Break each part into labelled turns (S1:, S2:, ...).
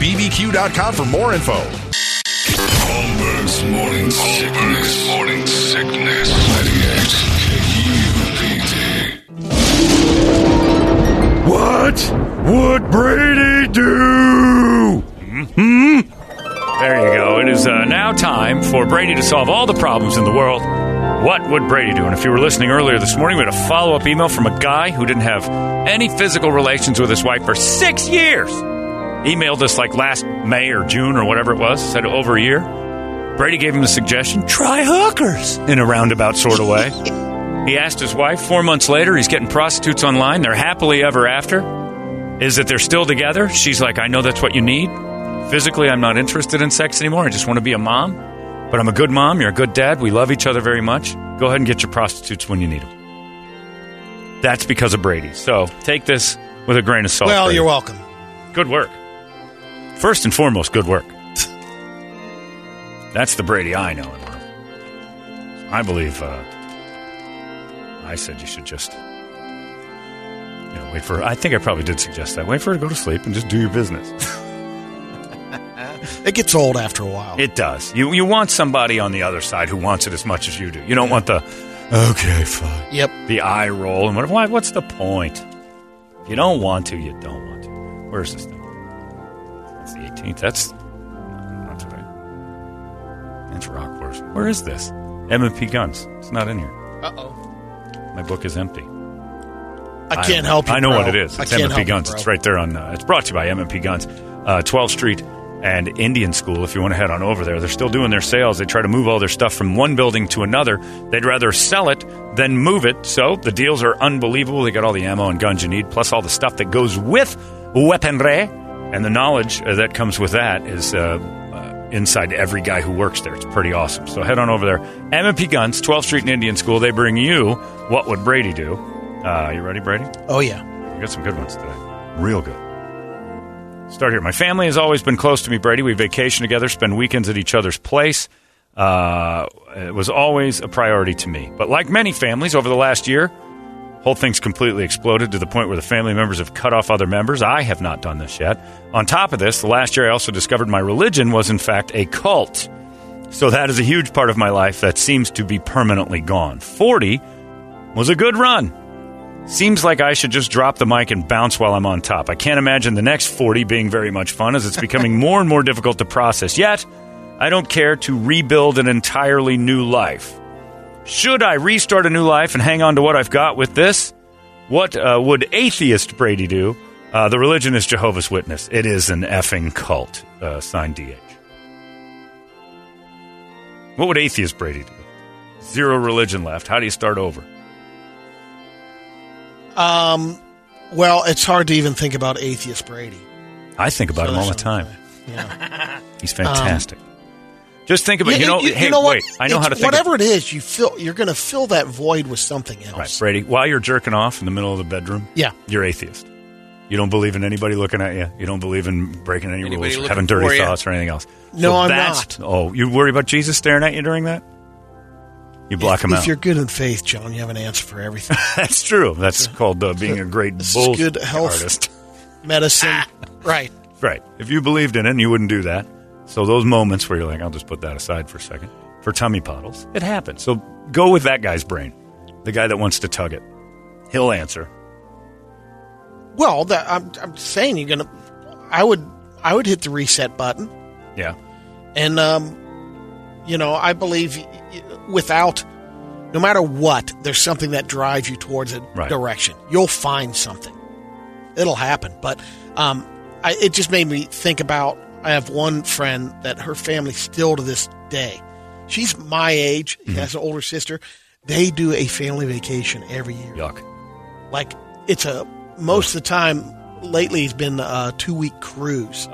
S1: bbq.com for more info.
S2: Holmberg's morning sickness. Morning sickness. 98 KUPD.
S3: What would Brady do? Hmm?
S4: There you go. It is uh, now time for Brady to solve all the problems in the world. What would Brady do? And if you were listening earlier this morning, we had a follow up email from a guy who didn't have any physical relations with his wife for six years. Emailed us like last May or June or whatever it was, said over a year. Brady gave him the suggestion try hookers in a roundabout sort of way. he asked his wife. Four months later, he's getting prostitutes online. They're happily ever after. Is that they're still together? She's like, I know that's what you need. Physically, I'm not interested in sex anymore. I just want to be a mom. But I'm a good mom. You're a good dad. We love each other very much. Go ahead and get your prostitutes when you need them. That's because of Brady. So take this with a grain of salt.
S5: Well,
S4: Brady.
S5: you're welcome.
S4: Good work. First and foremost, good work. That's the Brady I know and love. I believe uh, I said you should just you know, wait for. I think I probably did suggest that. Wait for her to go to sleep and just do your business.
S5: It gets old after a while.
S4: It does. You you want somebody on the other side who wants it as much as you do. You don't want the okay, fine,
S5: yep.
S4: the eye roll and what? Why, what's the point? If you don't want to, you don't want to. Where's this thing? It's the 18th. That's not today. That's rock wars. Where is this? M&P Guns. It's not in here.
S5: Uh oh.
S4: My book is empty.
S5: I can't help you.
S4: I know
S5: bro.
S4: what it is.
S5: I
S4: It's
S5: can't help
S4: M&P
S5: you,
S4: Guns.
S5: bro.
S4: it's right there on. Uh, it's brought to you by M&P Guns, uh, 12th Street and Indian School. If you want to head on over there, they're still doing their sales. They try to move all their stuff from one building to another. They'd rather sell it than move it. So the deals are unbelievable. They got all the ammo and guns you need, plus all the stuff that goes with weaponry, and the knowledge uh, that comes with that is. Uh, uh, Inside every guy who works there. It's pretty awesome. So head on over there. M&P Guns, 12th Street and Indian School. They bring you What Would Brady Do? Uh, you ready, Brady?
S5: Oh yeah.
S4: We got some good ones today. Real good. Start here. My family has always been close to me, Brady. We vacation together, spend weekends at each other's place. Uh, it was always a priority to me. But like many families over the last year, whole thing's completely exploded to the point where the family members have cut off other members. I have not done this yet. On top of this, the last year I also discovered my religion was in fact a cult. So that is a huge part of my life that seems to be permanently gone. 40 was a good run. Seems like I should just drop the mic and bounce while I'm on top. I can't imagine the next 40 being very much fun as it's becoming more and more difficult to process. Yet, I don't care to rebuild an entirely new life. Should I restart a new life and hang on to what I've got with this? What uh, would atheist Brady do? Uh, the religion is Jehovah's Witness. It is an effing cult, uh, signed DH. What would atheist Brady do? Zero religion left. How do you start over?
S5: Um. Well, it's hard to even think about atheist Brady.
S4: I think about
S5: So
S4: him all the
S5: there's
S4: time.
S5: some- Yeah.
S4: He's fantastic. Just think about
S5: Um, Yeah,
S4: you know. hey,
S5: what?
S4: wait. I know
S5: It's-
S4: how to think.
S5: Whatever it is, you fill. You're going to fill that void with something
S4: Of, right,
S5: else.
S4: Brady. While you're jerking off in the middle of the bedroom,
S5: Yeah.
S4: you're atheist. You don't believe in anybody looking at you. You don't believe in breaking any
S6: Anybody
S4: rules, or
S6: looking
S4: having dirty
S6: for you.
S4: thoughts, or anything else.
S5: No,
S4: So
S5: I'm
S4: that's, not. Oh, you worry about Jesus staring at you during that? You block
S5: if,
S4: him
S5: if
S4: out.
S5: you're good in faith, John, you have an answer for everything.
S4: That's true. That's called uh, being a great
S5: This is
S4: bull
S5: good health.
S4: artist. Ah.
S5: Medicine, right?
S4: Right. If you believed in it, you wouldn't do that. So those moments where you're like, I'll just put that aside for a second for tummy puddles, it happens. So go with that guy's brain, the guy that wants to tug it. He'll answer.
S5: Well, that, I'm, I'm saying you're going to. I would. I would hit the reset button,
S4: Yeah.
S5: and um, you know, I believe y- y- without, no matter what, there's something that drives you towards a
S4: Right.
S5: direction. You'll find something. It'll happen, but um, I, it just made me think about. I have one friend that her family still to this day. She's my age. Has an older sister. They do a family vacation every year.
S4: Yuck.
S5: like it's a most of the time lately it's been a two week cruise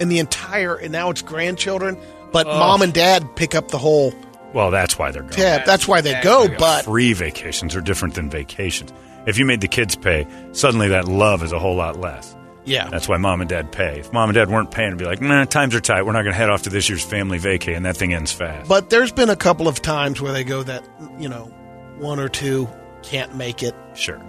S5: and the entire and now it's grandchildren but mom and dad pick up the whole
S4: Well, that's why they're going.
S5: tab that's why they go but
S4: Free vacations are different than vacations. If you made the kids pay, suddenly that love is a whole lot less.
S5: yeah
S4: That's why mom and dad pay. If mom and dad weren't paying, it'd be like, man, times are tight. We're not going to head off to this year's family vacay, and that thing ends fast.
S5: but there's been a couple of times where they go that you know one or two can't make it
S4: sure.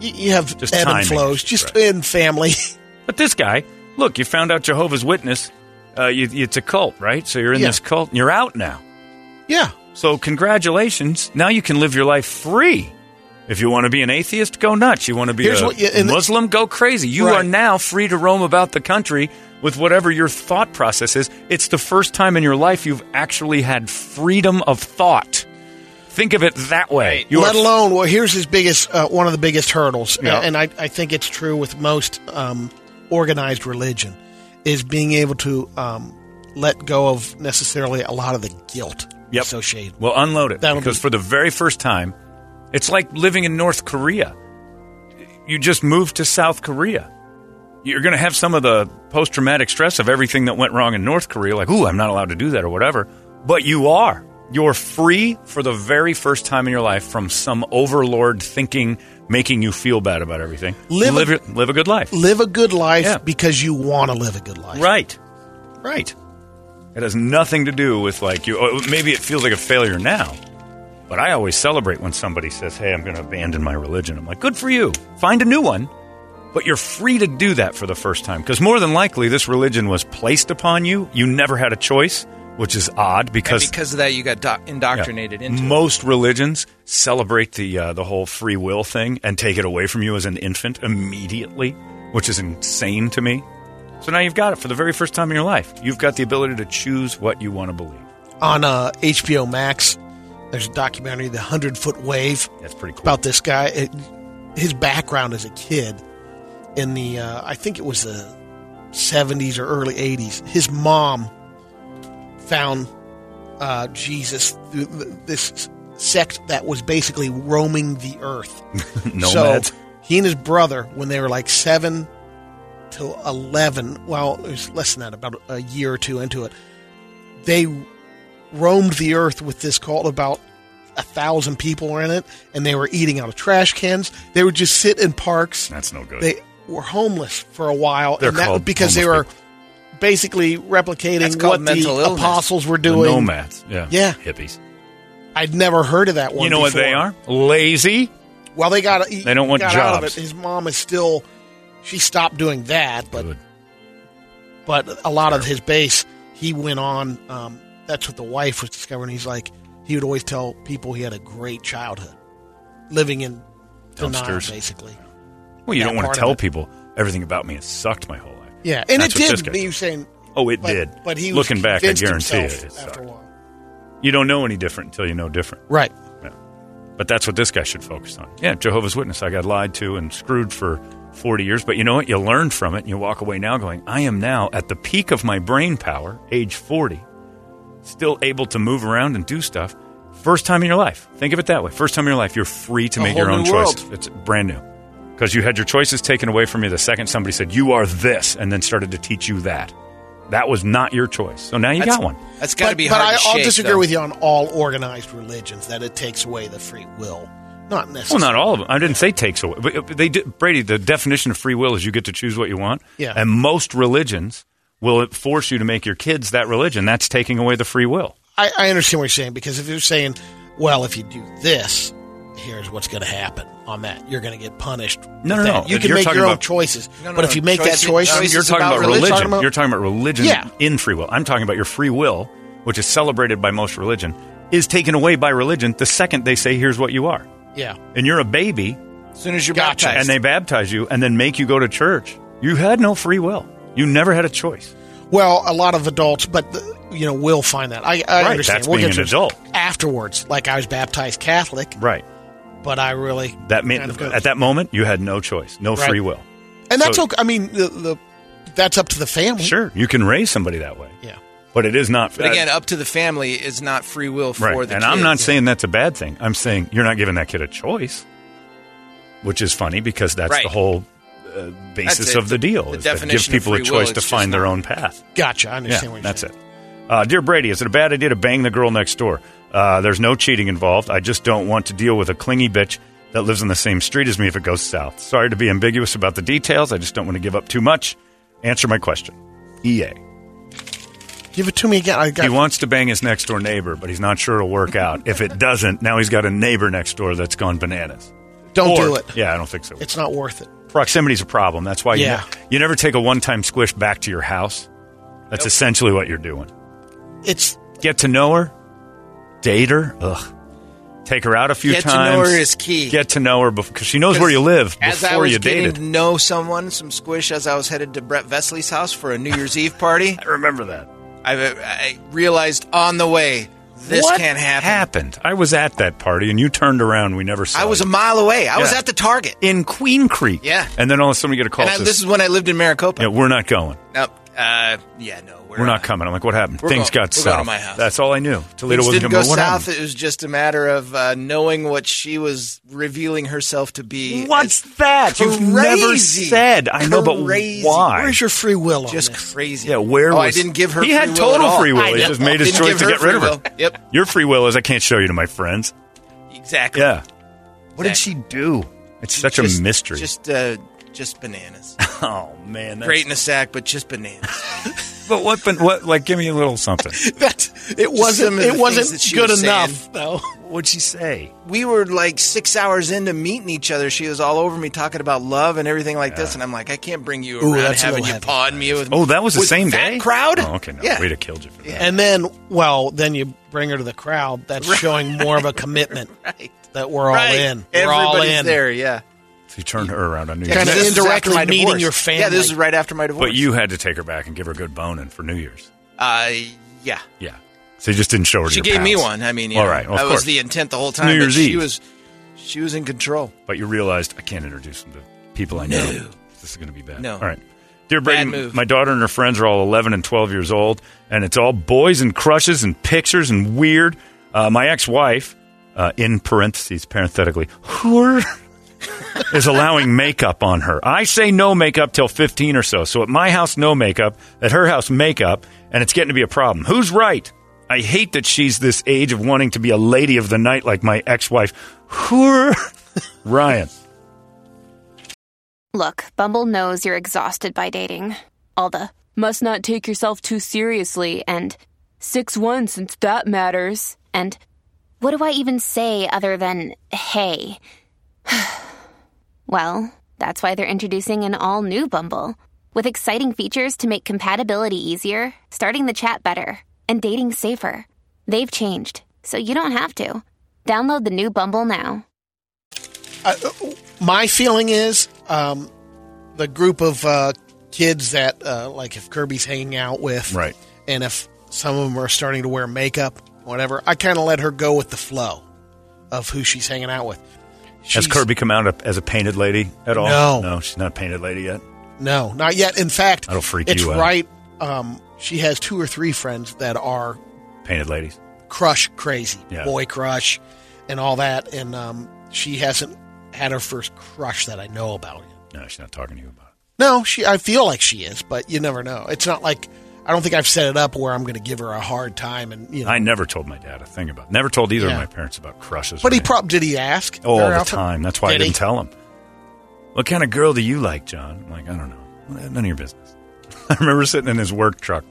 S5: you, you have
S4: Just
S5: ebb
S4: timing
S5: and flows
S4: issues,
S5: just
S4: right.
S5: in family
S4: But this guy, look, you found out Jehovah's Witness. Uh, you, it's a cult, right? So you're in
S5: Yeah.
S4: this cult and you're out now.
S5: yeah
S4: So congratulations. Now you can live your life free. If you want to be an atheist, go nuts. You want to be
S5: Here's
S4: a
S5: what you- and the-
S4: Muslim, go crazy. You
S5: Right.
S4: are now free to roam about the country with whatever your thought process is. It's the first time in your life you've actually had freedom of thought. Think of it that way.
S6: Right.
S4: You
S5: let
S4: are
S5: alone well here's his biggest uh, one of the biggest hurdles
S4: Yeah.
S5: and I, I think it's true with most um, organized religion is being able to um, let go of necessarily a lot of the guilt
S4: Yep.
S5: associated
S4: Well, unload it
S5: That'll
S4: because
S5: be-
S4: for the very first time, it's like living in North Korea. You just moved to South Korea. You're going to have some of the post traumatic stress of everything that went wrong in North Korea, like, ooh, I'm not allowed to do that or whatever. But you are. You're free for the very first time in your life from some overlord thinking, making you feel bad about everything.
S5: Live a-
S4: live, your- live a good life.
S5: live a good life
S4: Yeah.
S5: because you want to live a good life
S4: Right. Right. It has nothing to do with like you. oh, Maybe it feels like a failure now, but I always celebrate when somebody says, "Hey, I'm going to abandon my religion." I'm like, "Good for you. Find a new one." But you're free to do that for the first time because more than likely this religion was placed upon you. You never had a choice, which is odd
S6: And
S4: because
S6: because of that, you got doc- indoctrinated
S4: yeah.
S6: into it.
S4: Most religions celebrate the uh, the whole free will thing and take it away from you as an infant immediately, which is insane to me. So now you've got it for the very first time in your life. You've got the ability to choose what you want to believe.
S5: on uh, HBO Max there's a documentary The Hundred Foot Wave
S4: That's pretty cool.
S5: about this guy it, his background as a kid in the uh, I think it was the 70s or early 80s his mom found uh, Jesus through th- this sect that was basically roaming the earth.
S4: Nomads.
S5: So he and his brother, when they were like seven to 11, well, it was less than that, about a year or two into it, they roamed the earth with this cult. About a thousand people were in it, and they were eating out of trash cans. They would just sit in parks.
S4: That's no good.
S5: They were homeless for a while,
S4: They're
S5: and that
S4: called
S5: because they were
S4: homeless
S5: basically
S6: That's
S5: replicating
S6: called
S5: what the
S6: mental illness.
S5: apostles were
S4: The
S5: doing.
S4: nomads. Yeah.
S5: Yeah.
S4: Hippies.
S5: I'd never heard of that one.
S4: You know what
S5: before.
S4: they are? Lazy.
S5: Well, they got.
S4: They don't want
S5: got Out of
S4: jobs.
S5: it. His mom is still. She stopped doing that, but
S4: Good.
S5: but a lot of his base, he went on. Um, that's what the wife was discovering. He's like, he would always tell people he had a great childhood, living in denial,
S4: Dumpsters.
S5: basically.
S4: Well, you
S5: That
S4: don't want
S5: part
S4: to
S5: of
S4: tell
S5: it.
S4: people everything about me has sucked my whole life.
S5: Yeah, and
S4: That's what this
S5: it
S4: guy
S5: did. You
S4: did.
S5: were saying,
S4: Oh, it
S5: but,
S4: did.
S5: But he was
S4: looking back, I
S5: convinced
S4: guarantee you,
S5: himself
S4: it sucked.
S5: after a while.
S4: You don't know any different until you know different.
S5: Right.
S4: But that's what this guy should focus on. Yeah, Jehovah's Witness. I got lied to and screwed for 40 years. But you know what? You learn from it and you walk away now going, I am now at the peak of my brain power, age 40, still able to move around and do stuff. First time in your life. Think of it that way. First time in your life, you're free to
S6: A
S4: make your
S6: whole
S4: own
S6: new
S4: choice.
S6: world.
S4: It's brand new. because you had your choices taken away from you the second somebody said you are this and then started to teach you that. That was not your choice. So now you
S6: That's-
S4: got one.
S6: That's got to
S5: but,
S6: be
S5: but
S6: hard
S5: I,
S6: to
S5: I'll
S6: shake,
S5: disagree
S6: though.
S5: with you on all organized religions that it takes away the free will. Not
S4: Well,
S5: necessarily.
S4: not all of them. I didn't say takes away. But but they did, Brady, the definition of free will is you get to choose what you want.
S5: Yeah.
S4: And most religions will force you to make your kids that religion. That's taking away the free will.
S5: I, I understand what you're saying because if you're saying, well, if you do this, here's what's going to happen on that. You're going to get punished.
S4: No,
S5: with
S4: no,
S5: that.
S4: no.
S5: You
S4: If
S5: can
S4: you're
S5: make
S4: talking
S5: your own
S4: about-
S5: choices.
S6: No, no,
S5: but
S6: no.
S5: if you make
S6: Choices-
S5: that choice,
S6: choices
S4: You're
S6: It's
S4: talking
S6: about
S4: about,
S6: religion.
S4: religion.
S5: Talking about-
S4: You're talking about religion
S5: Yeah.
S4: in free will. I'm talking about your free will, which is celebrated by most religion, is taken away by religion the second they say, here's what you are.
S5: yeah.
S4: And you're a baby,
S6: As soon as you're
S5: Gotcha.
S6: baptized.
S4: and they baptize you and then make you go to church. You had no free will. You never had a choice.
S5: Well, a lot of adults, but the, you know, will find that. I, I
S4: Right,
S5: understand.
S4: that's
S5: we'll
S4: being
S5: get to
S4: an
S5: it
S4: adult.
S5: afterwards. Like I was baptized Catholic,
S4: Right.
S5: but I really
S4: That meant
S5: kind of go-
S4: at that moment you had no choice, no
S5: Right.
S4: free will.
S5: and that's
S4: so-
S5: okay. I mean, the, the that's up to the family.
S4: Sure, you can raise somebody that way,
S5: Yeah.
S4: but it is not.
S6: but again, up to the family is not free will for
S4: right?
S6: the
S4: and I'm
S6: kid.
S4: not saying that's a bad thing. I'm saying you're not giving that kid a choice, which is funny because that's
S6: Right.
S4: the whole uh,
S6: That's
S4: basis
S6: it.
S4: of the deal.
S6: The
S4: is that give
S6: definition of
S4: people a
S6: free will,
S4: choice to
S6: it's
S4: find
S6: just
S4: their
S6: not-
S4: own path.
S5: Gotcha. I understand
S4: Yeah,
S5: what you're
S4: that's
S5: saying.
S4: it. Uh, dear Brady, is it a bad idea to bang the girl next door? Uh, there's no cheating involved. I just don't want to deal with a clingy bitch that lives on the same street as me if it goes south. Sorry to be ambiguous about the details. I just don't want to give up too much. Answer my question. EA.
S5: Give it to me again. I got
S4: He wants to bang his next door neighbor, but he's not sure it'll work out. if it doesn't, now he's got a neighbor next door that's gone bananas.
S5: Don't
S4: Or-
S5: do it.
S4: Yeah, I don't think so.
S5: It's not worth it.
S4: Proximity's a problem. That's why
S5: Yeah.
S4: you, ne- you never take a one time squish back to your house. That's essentially what you're doing.
S5: It's
S4: Get to know her, date her, ugh. Take her out a few
S6: Get to know
S4: times.
S6: her is key.
S4: Get to know her because she knows where you live
S6: As I
S4: before
S6: was
S4: you
S6: getting
S4: dated.
S6: to know someone, some squish, as I was headed to Brett Vesley's house for a New Year's Eve party,
S4: I remember that.
S6: I, I realized on the way this
S4: What
S6: can't happen.
S4: Happened. I was at that party and you turned around. We never saw.
S6: I was
S4: you.
S6: a mile away. I was
S4: Yeah.
S6: at the Target,
S4: in Queen Creek.
S6: Yeah.
S4: And then all of a sudden we get a call.
S6: and I,
S4: says,
S6: this is when I lived in Maricopa.
S4: yeah, we're not going.
S6: No, uh, yeah, no, we're,
S4: We're not coming. I'm like, what happened?
S6: We're
S4: Things
S6: going-
S4: got
S6: we're
S4: south.
S6: going to my house.
S4: That's all I knew. Toledo
S6: Things
S4: wasn't
S6: didn't
S4: gonna-
S6: go
S4: what
S6: south.
S4: happened?
S6: It was just a matter of uh, knowing what she was revealing herself to be.
S4: What's
S6: as-
S4: that? You've never
S6: Crazy.
S4: said. I know, but
S6: Crazy.
S4: why?
S5: where's your free will on
S6: Just
S5: this?
S6: crazy.
S4: yeah, where
S6: Oh,
S4: was
S6: I didn't give her.
S4: He
S6: free
S4: had
S6: will
S4: total
S6: at all.
S4: free will.
S6: I
S4: He
S6: know.
S4: just made his
S6: Didn't
S4: choice to
S6: give
S4: get rid of
S6: free
S4: her.
S6: will. Yep,
S4: Your free will is I can't show you to my friends.
S6: exactly.
S4: Yeah. What did she
S6: Exactly.
S4: do? It's such
S6: Just-
S4: a mystery.
S6: Just, uh, just bananas.
S4: oh man, that's-
S6: Great in a sack, but just bananas.
S4: But what? But what? Like, give me a little something.
S5: That it
S6: some
S5: wasn't.
S6: of the
S5: It
S6: things
S5: wasn't
S6: that she
S5: good
S6: was
S5: enough
S6: saying.
S5: though.
S4: What'd she say?
S6: we were like six hours into meeting each other. She was all over me talking about love and everything like this, and I'm like, I can't bring you
S5: Ooh,
S6: around
S5: that's a
S6: having
S5: little
S6: you
S5: heavy.
S6: pawn me with.
S4: Oh, that was the
S6: with
S4: same
S6: that
S4: day.
S6: crowd.
S4: Oh, okay. No,
S6: yeah.
S4: we'd have killed you for that.
S5: And then, well, then you bring her to the crowd. That's showing more of a commitment
S6: Right.
S5: that we're all
S6: right.
S5: in.
S6: Everybody's
S5: we're all in.
S6: there. Yeah.
S4: So you turned her around. I knew.
S6: Yeah,
S4: you
S5: Kind of
S6: this is after
S5: indirectly
S6: my
S5: meeting
S6: divorce.
S5: your
S6: Yeah,
S5: family.
S6: this is right after my divorce.
S4: But you had to take her back and give her a good boning for New Year's.
S6: uh, yeah.
S4: Yeah. So you just didn't show her. to
S6: She
S4: your
S6: gave me
S4: pals.
S6: one. I mean, you
S4: all
S6: know,
S4: right. Well,
S6: that
S4: of
S6: was
S4: course.
S6: the intent the whole time.
S4: New
S6: but
S4: Year's
S6: she
S4: Eve.
S6: was, she was in control.
S4: But you realized I can't introduce them to people I know. This is going to be bad.
S6: No.
S4: All right. Dear Brady,
S6: move.
S4: my daughter and her friends are all 11 and 12 years old, and it's all boys and crushes and pictures and weird. Uh, my ex wife, uh, in parentheses, parenthetically, whore, is allowing makeup on her. I say no makeup till 15 or so. So at my house, no makeup. At her house, makeup. And it's getting to be a problem. Who's right? I hate that she's this age of wanting to be a lady of the night like my ex wife. Whore, Ryan.
S7: Look, Bumble knows you're exhausted by dating. All the must not take yourself too seriously and 6 1 since that matters. And what do I even say other than hey? well, that's why they're introducing an all new Bumble with exciting features to make compatibility easier, starting the chat better, and dating safer. They've changed, so you don't have to. Download the new Bumble now.
S5: Uh, My feeling is um, the group of uh, kids that, uh, like, if Kirby's hanging out with,
S4: Right.
S5: and if some of them are starting to wear makeup, whatever. I kind of let her go with the flow of who she's hanging out with.
S4: Has
S5: She's-
S4: Kirby come out up as a painted lady at all?
S5: No.
S4: no, she's not a painted lady yet.
S5: No, not yet. In fact,
S4: That'll freak
S5: it's
S4: you out.
S5: right. Um, she has two or three friends that are
S4: Painted ladies.
S5: crush crazy,
S4: Yeah.
S5: boy crush, and all that. And um, she hasn't had her first crush that I know about yet.
S4: No, she's not talking to you about it.
S5: No, she. I feel like she is, but you never know. It's not like I don't think I've set it up where I'm going to give her a hard time, and you know.
S4: I never told my dad a thing about. Never told either of
S5: Yeah.
S4: my parents about crushes.
S5: but
S4: or
S5: he
S4: anything.
S5: probably did. He ask
S4: oh, all
S5: very
S4: the
S5: often?
S4: time. That's why I
S5: Did he?
S4: didn't tell him. What kind of girl do you like, John? I'm like, I don't know. Well, None of your business. I remember sitting in his work truck.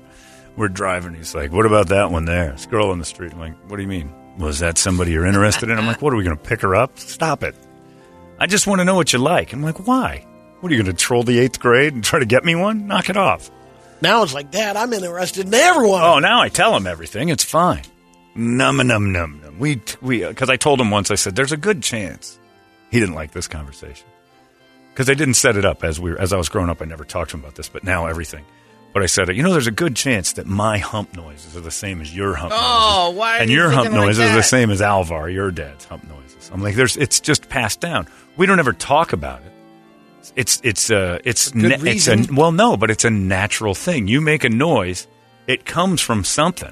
S4: We're driving. He's like, "What about that one there? This girl on the street." I'm like, "What do you mean? Was that somebody you're interested in?" I'm like, "What are we going to pick her up? Stop it! I just want to know what you like." I'm like, "Why? What are you going to troll the eighth grade and try to get me one? Knock it off!"
S5: Now it's like, Dad, I'm interested in everyone.
S4: Oh, now I tell him everything. It's fine. Num num num num. We we because I told him once. I said there's a good chance he didn't like this conversation because I didn't set it up as we as I was growing up. I never talked to him about this, but now everything. But I said, you know, there's a good chance that my hump noises are the same as your hump
S6: Oh,
S4: noises,
S6: why are
S4: and
S6: you
S4: your hump
S6: thinking like
S4: noises are the
S6: that?
S4: same as Alvar, your dad's hump noises. I'm like, there's it's just passed down. We don't ever talk about it. It's it's uh it's
S5: good
S4: it's a
S5: reason.
S4: well no, but it's a natural thing. You make a noise, it comes from something.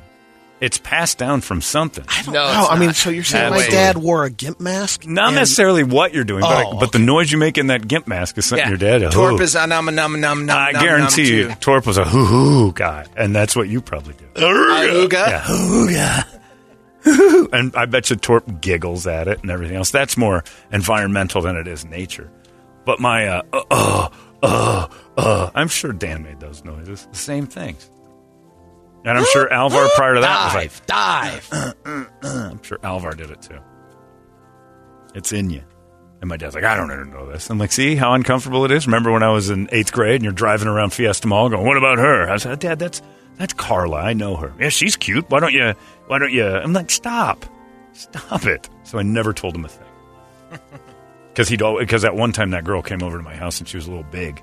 S4: It's passed down from something.
S5: I don't
S6: No,
S5: know.
S6: it's
S5: Oh, I mean,
S6: not.
S5: so you're saying my
S6: Absolutely.
S5: dad wore a gimp mask?
S4: Not
S5: And-
S4: necessarily what you're doing, but,
S5: Oh,
S4: but the noise you make in that gimp mask is something your dad. oh,
S6: Torp
S4: "Ooh."
S6: is uh, a nom nom nom nom.
S4: I
S6: nom,
S4: guarantee you,
S6: nom, too.
S4: Torp was a hoo hoo guy, and that's what you probably do.
S6: Aruga.
S4: Yeah, hoo hoo. And I bet you Torp giggles at it and everything else. That's more environmental than it is nature. But my uh uh uh uh, uh I'm sure Dan made those noises. The same things. And I'm sure Alvar prior to that was like,
S5: dive, dive.
S4: I'm sure Alvar did it too. It's in you. And my dad's like, I don't even know this. I'm like, see how uncomfortable it is. Remember when I was in eighth grade and you're driving around Fiesta Mall going, what about her? I said, Dad, that's that's Carla. I know her. Yeah, she's cute. Why don't you? Why don't you? I'm like, stop, stop it. So I never told him a thing. Because he'd because at one time that girl came over to my house and she was a little big.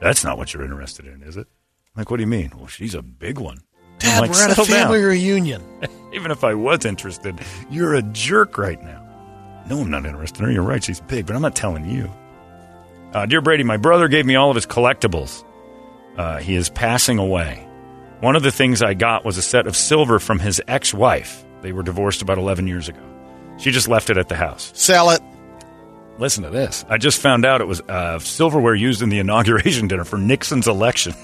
S4: That's not what you're interested in, is it? I'm like, what do you mean? Well, she's a big one. I'm
S5: Dad,
S4: like,
S5: we're at a
S4: "Settle down."
S5: family reunion.
S4: Even if I was interested, you're a jerk right now. No, I'm not interested in her. You're right. She's big, but I'm not telling you. Uh, dear Brady, my brother gave me all of his collectibles. Uh, he is passing away. One of the things I got was a set of silver from his ex wife. They were divorced about 11 years ago. She just left it at the house.
S5: Sell it.
S4: Listen to this. I just found out it was uh, silverware used in the inauguration dinner for Nixon's election.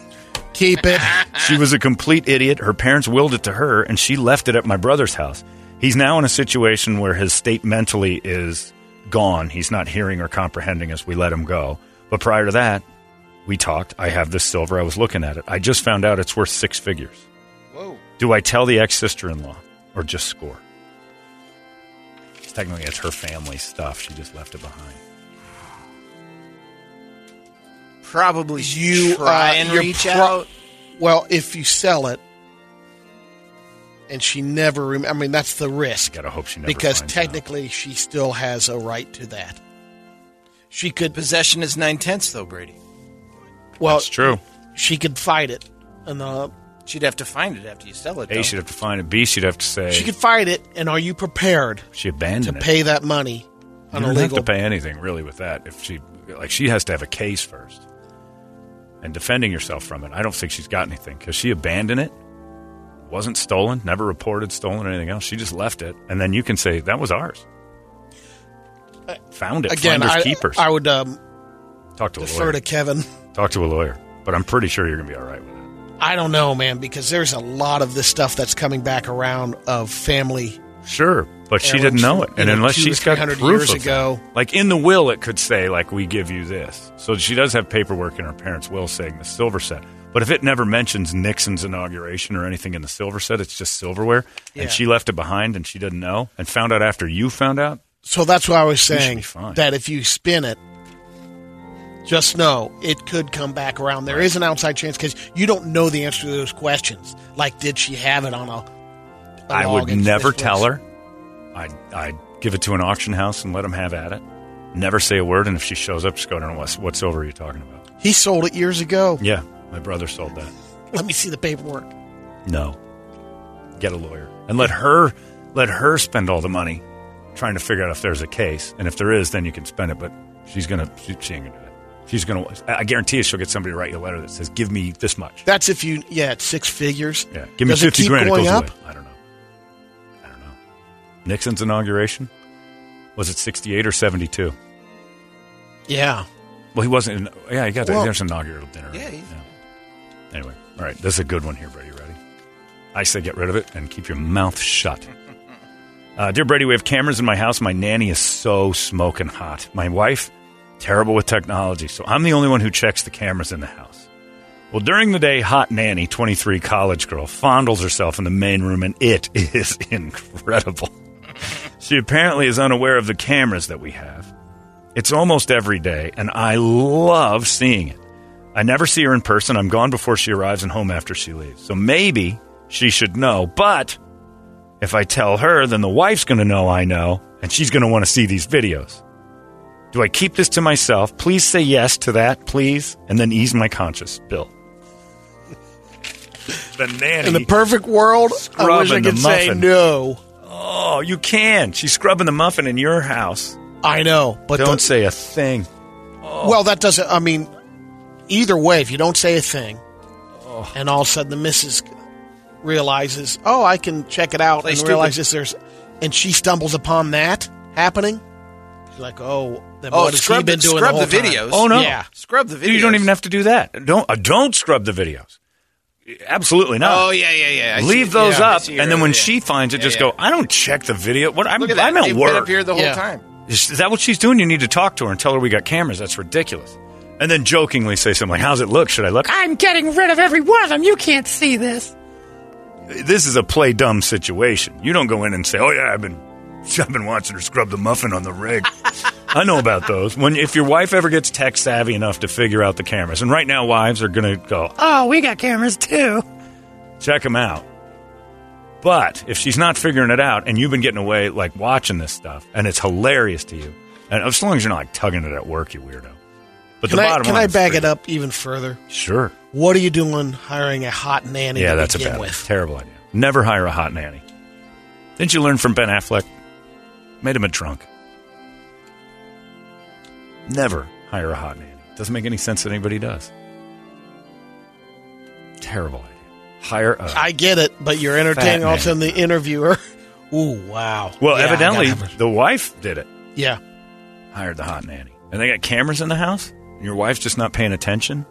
S5: Keep it.
S4: She was a complete idiot. Her parents willed it to her, and she left it at my brother's house. He's now in a situation where his state mentally is gone. He's not hearing or comprehending as we let him go. But prior to that, we talked. I have this silver. I was looking at it. I just found out it's worth six figures.
S6: Whoa.
S4: Do I tell the ex sister in law or just score? 'Cause Technically, it's her family stuff. She just left it behind.
S6: Probably
S5: You,
S6: you try
S5: uh,
S6: and
S5: you're
S6: reach
S5: pro-
S6: out.
S5: Well, if you sell it, and she never, rem- I mean, that's the risk.
S4: Gotta hope she never
S5: because
S4: finds out.
S5: technically, she still has a right to that. She could.
S6: Possession is nine tenths, though, Brady.
S5: Well,
S4: That's true.
S5: She could fight it, and uh,
S6: She'd have to find it after you sell it.
S4: A,
S6: though.
S4: she'd have to find it. B, she'd have to say
S5: she could fight it. And are you prepared
S4: she
S5: to
S4: abandoned it.
S5: pay that money
S4: You
S5: on
S4: don't
S5: a
S4: have
S5: legal?
S4: to pay anything really with that. If she like, she has to have a case first, and defending herself from it. I don't think she's got anything because she abandoned it. Wasn't stolen, never reported stolen or anything else. She just left it, and then you can say that was ours. Found it.
S5: Uh, Again,
S4: Finders
S5: I,
S4: keepers.
S5: I would um,
S4: Talk to a
S5: defer
S4: lawyer.
S5: to Kevin.
S4: Talk to a lawyer. But I'm pretty sure you're gonna be all right with it.
S5: I don't know, man, because there's a lot of this stuff that's coming back around of family.
S4: Sure, but she
S5: Heirlooms
S4: didn't know it,
S5: from, you
S4: and
S5: know,
S4: unless
S5: two or
S4: she's got
S5: 300
S4: proof
S5: years
S4: of it-
S5: ago.
S4: like in the will, it could say like we give you this. So she does have paperwork in her parents' will saying the silver set. But if it never mentions Nixon's inauguration or anything in the silver set, it's just silverware,
S5: Yeah.
S4: and she left it behind, and she didn't know, and found out after you found out.
S5: So that's why I was
S4: You should
S5: saying
S4: be fine.
S5: that if you spin it, just know it could come back around. There is an outside chance because you don't know the answer to those questions. Like, did she have it on a? a
S4: I
S5: log
S4: would
S5: and
S4: never
S5: this
S4: tell
S5: was-
S4: her. I'd, I'd give it to an auction house and let them have at it. Never say a word, and if she shows up, just go, I don't know what's, what silver are you talking about?
S5: He sold it years ago.
S4: Yeah, my brother sold that.
S5: Let me see the paperwork.
S4: No. Get a lawyer and let her let her spend all the money trying to figure out if there's a case. And if there is, then you can spend it. But she's gonna she, she ain't gonna do it. She's gonna. I guarantee you, she'll get somebody to write you a letter that says, "Give me this much."
S5: That's if you, yeah, it's six figures.
S4: yeah, give me
S5: Does
S4: fifty
S5: it keep
S4: grand.
S5: Going
S4: it goes
S5: up?
S4: away. I don't know. I don't know. Nixon's inauguration was it sixty eight or seventy two?
S5: Yeah.
S4: Well, he wasn't. In, yeah, he got there.
S5: Well-
S4: There's an inaugural dinner.
S6: Yeah, he's-
S4: Anyway, all right. This is a good one here, Brady. Ready? I say get rid of it and keep your mouth shut. Uh, dear Brady, we have cameras in my house. My nanny is so smoking hot. My wife, terrible with technology, so I'm the only one who checks the cameras in the house. Well, during the day, hot nanny, 23 college girl, fondles herself in the main room, and it is incredible. she apparently is unaware of the cameras that we have. It's almost every day, and I love seeing it. I never see her in person. I'm gone before she arrives and home after she leaves. So maybe she should know. But if I tell her, then the wife's going to know I know, and she's going to want to see these videos. Do I keep this to myself? Please say yes to that, please, and then ease my conscience, Bill. the nanny.
S5: In the perfect world, I wish I
S4: Scrubbing the
S5: could say
S4: muffin.
S5: no.
S4: oh, you can. She's scrubbing the muffin in your house.
S5: I know, but
S4: Don't
S5: the-
S4: say a thing.
S6: Oh.
S5: Well, that doesn't. I mean, either way, if you don't say a thing,
S6: Oh.
S5: and all of a sudden the missus realizes, oh, I can check it out,
S6: Play
S5: and
S6: stupid.
S5: realizes there's, and she stumbles upon that happening. She's like, oh, then
S6: Oh,
S5: what has he
S6: scrub the-
S5: been doing
S6: scrub
S5: the whole
S6: the
S5: time?
S6: videos.
S4: Oh no!
S5: Yeah.
S6: Scrub the videos.
S4: You don't even have to do that. Don't uh, don't scrub the videos. Absolutely not.
S6: Oh yeah, yeah, yeah. I
S4: Leave
S6: see-
S4: those
S6: yeah, I
S4: up,
S6: see
S4: and
S6: your-
S4: then when
S6: yeah.
S4: she finds it,
S6: Yeah,
S4: just
S6: yeah.
S4: go. I don't check the video. What I'm,
S6: Look at that.
S4: I'm at
S6: They've
S4: work.
S6: Been up here the whole
S5: Yeah.
S6: time.
S4: Is that what she's doing? You need to talk to her and tell her we got cameras. That's ridiculous. And then jokingly say something like, "How's it look? Should I look?"
S8: I'm getting rid of every one of them. You can't see this.
S4: This is a play dumb situation. You don't go in and say, "Oh yeah, I've been." I've been watching her scrub the muffin on the rig. I know about those. When if your wife ever gets tech savvy enough to figure out the cameras, and right now wives are going to go,
S8: Oh, we got cameras too.
S4: check them out. But if she's not figuring it out and you've been getting away like watching this stuff and it's hilarious to you, and as long as you're not like tugging it at work, you weirdo. But
S5: Can
S4: the
S5: I,
S4: bottom
S5: can
S4: line
S5: I
S4: is
S5: bag
S4: free.
S5: it up even further?
S4: Sure.
S5: What are you doing hiring a hot nanny?
S4: Yeah,
S5: to
S4: that's a
S5: begin
S4: bad,
S5: with.
S4: terrible idea. Never hire a hot nanny. Didn't you learn from Ben Affleck? Made him a drunk. Never hire a hot nanny. Doesn't make any sense that anybody does. Terrible idea. Hire a
S5: I get it, but you're entertaining all of a
S4: man.
S5: sudden the interviewer. Ooh, wow.
S4: well,
S5: Yeah, I gotta
S4: evidently
S5: have her.
S4: the wife did it.
S5: yeah.
S4: hired the hot nanny. And they got cameras in the house? And your wife's just not paying attention?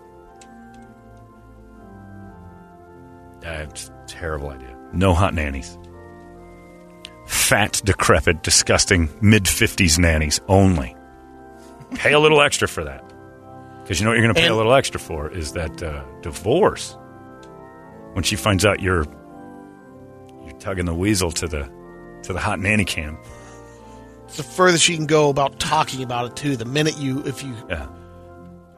S4: That's a terrible idea. No hot nannies. Fat, decrepit, disgusting mid 50s nannies only. pay a little extra for that. Because you know what you're going to pay
S5: And-
S4: a little extra for is that uh, divorce. When she finds out you're you're tugging the weasel to the to the hot nanny cam.
S5: It's the furthest you can go about talking about it too. The minute you, if you
S4: Yeah.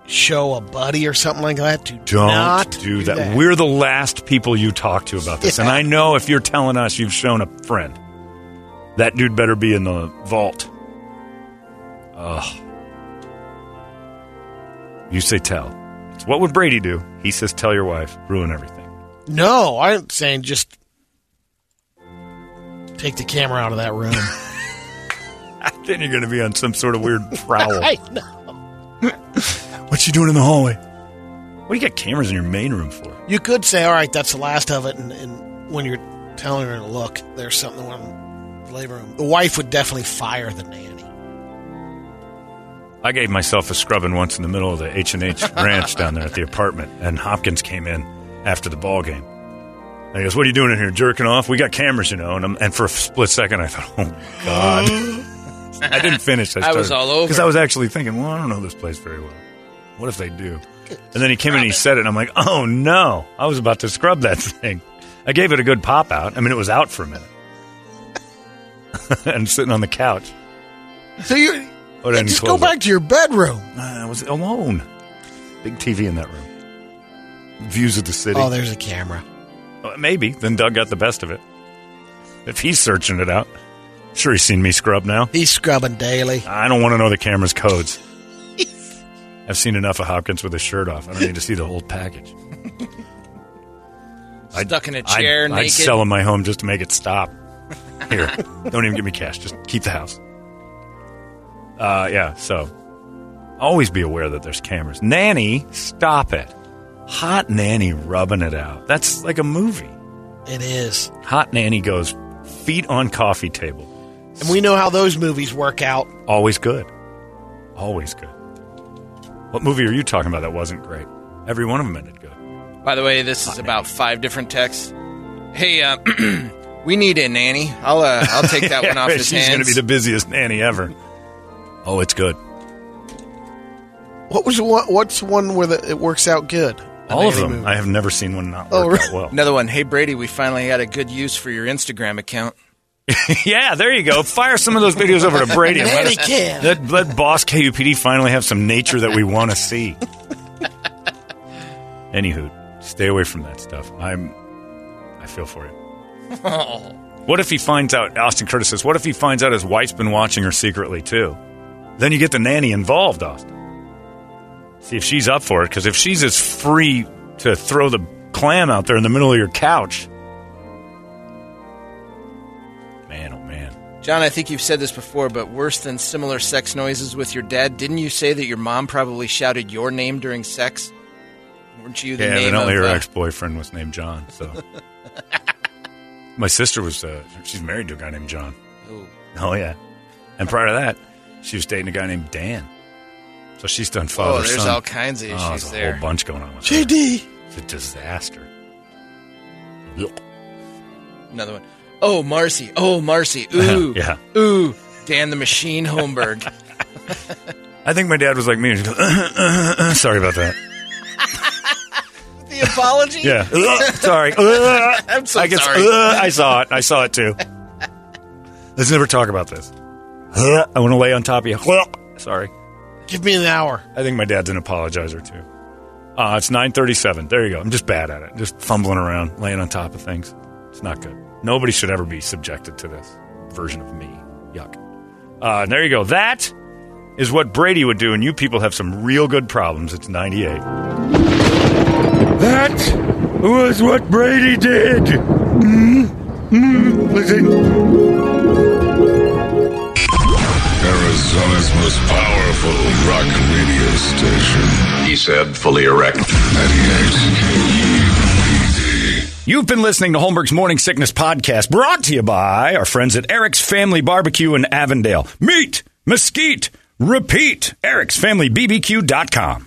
S5: show a buddy or something like that to
S4: Don't
S5: not
S4: do that. We're the last people you talk to about this. And
S5: Yeah.
S4: I know if you're telling us you've shown a friend, that dude better be in the vault. Ugh. You say tell. It's what would Brady do? He says tell your wife, ruin everything.
S5: no, I'm saying just take the camera out of that room.
S4: Then you're going to be on some sort of weird prowl.
S5: I know.
S4: What you doing in the hallway? What do you got cameras in your main room for?
S5: You could say, "All right, that's the last of it," and, and when you're telling her to look, there's something in the labor room. The wife would definitely fire the nanny.
S4: I gave myself a scrubbing once in the middle of the H and H ranch down there at the apartment, and Hopkins came in after the ball game. And he goes, "What are you doing in here, jerking off? We got cameras, you know." And, I'm, and for a split second, I thought, "Oh my god!" I didn't finish. I,
S9: I was all over.
S4: because I was actually thinking, "Well, I don't know this place very well. What if they do?" And then he came in and he said it, and I'm like, "Oh no!" I was about to scrub that thing. I gave it a good pop out. I mean, it was out for a minute, and sitting on the couch.
S5: So you
S4: Oh, then
S5: just
S4: he
S5: go
S4: closed it.
S5: back to your bedroom.
S4: I Uh, was alone. Big TV in that room. Views of the city.
S5: Oh, there's a camera.
S4: Uh, Maybe. Then Doug got the best of it. If he's searching it out, sure he's seen me scrub now.
S5: He's scrubbing daily.
S4: I don't want to know the camera's codes. I've seen enough of Hopkins with his shirt off. I don't need to see the whole package.
S9: Stuck in a chair,
S4: I'd,
S9: naked.
S4: I'd sell him my home just to make it stop. Here, don't even give me cash. Just keep the house. Uh, yeah. So, always be aware that there's cameras. Nanny, stop it. Hot nanny rubbing it out. That's like a movie.
S5: It is,
S4: Hot nanny goes feet on coffee table.
S5: and we know how those movies work out.
S4: Always good. Always good. What movie are you talking about that wasn't great? Every one of them ended good.
S6: By the way, this is about five different texts. Hey, uh, we need a nanny. I'll uh, I'll take that one off his
S4: She's going to
S6: hands.
S4: be the busiest nanny ever. Oh, it's good.
S5: What was one, what's one where the, it works out good?
S4: All of
S5: Nanny
S4: them.
S5: movie.
S4: I have never seen one not
S5: Oh,
S4: work
S5: really?
S4: out well.
S6: Another one. Hey Brady, we finally got a good use for your Instagram account.
S4: yeah, there you go. Fire some of those videos over to Brady. and let,
S5: Nanny cam.
S4: let, let Boss KUPD finally have some nature that we want to see. Anywho, stay away from that stuff. I'm. I feel for you. What if he finds out? Austin Curtis says, "What if he finds out his wife's been watching her secretly too?" Then you get the nanny involved, Austin. See if she's up for it. Because if she's as free to throw the clam out there in the middle of your couch, man, oh man.
S6: John, I think you've said this before, but worse than similar sex noises with your dad, didn't you say that your mom probably shouted your name during sex? Weren't you the
S4: yeah,
S6: name
S4: evidently
S6: of
S4: her
S6: uh,
S4: ex-boyfriend was named John. So my sister was uh, she's married to a guy named John.
S6: Ooh.
S4: Oh yeah, and prior to that, she was dating a guy named Dan. So she's done father.
S6: there's
S4: son.
S6: all kinds of
S4: Oh,
S6: issues
S4: there's a
S6: there.
S4: whole bunch going on with her.
S5: JD.
S4: It's a disaster. Yuck.
S6: another one? Oh, Marcy. Oh, Marcy. Ooh.
S4: Yeah.
S6: Ooh. Dan the Machine Holmberg.
S4: I think my dad was like me. He'd go, sorry about that.
S6: the apology?
S4: Yeah. Ugh, sorry. Ugh.
S6: I'm so
S4: I guess,
S6: sorry.
S4: ugh, I saw it. I saw it too. Let's never talk about this. Ugh, I want to lay on top of you. Ugh. Sorry.
S5: Give me an hour.
S4: I think my dad's an apologizer too. Uh, it's 9:37. There you go. I'm just bad at it. Just fumbling around, laying on top of things. It's not good. Nobody should ever be subjected to this version of me. Yuck. Uh, there you go. That is what Brady would do, and you people have some real good problems. It's 98.
S3: That was what Brady did. Mm, mm, listen,
S2: Arizona's most powerful rock radio station. He said, fully erect. 98 KUPD.
S4: You've been listening to Holmberg's Morning Sickness Podcast, brought to you by our friends at Eric's Family Barbecue in Avondale. Meet, mesquite, repeat. Eric'sFamilyBBQ.com.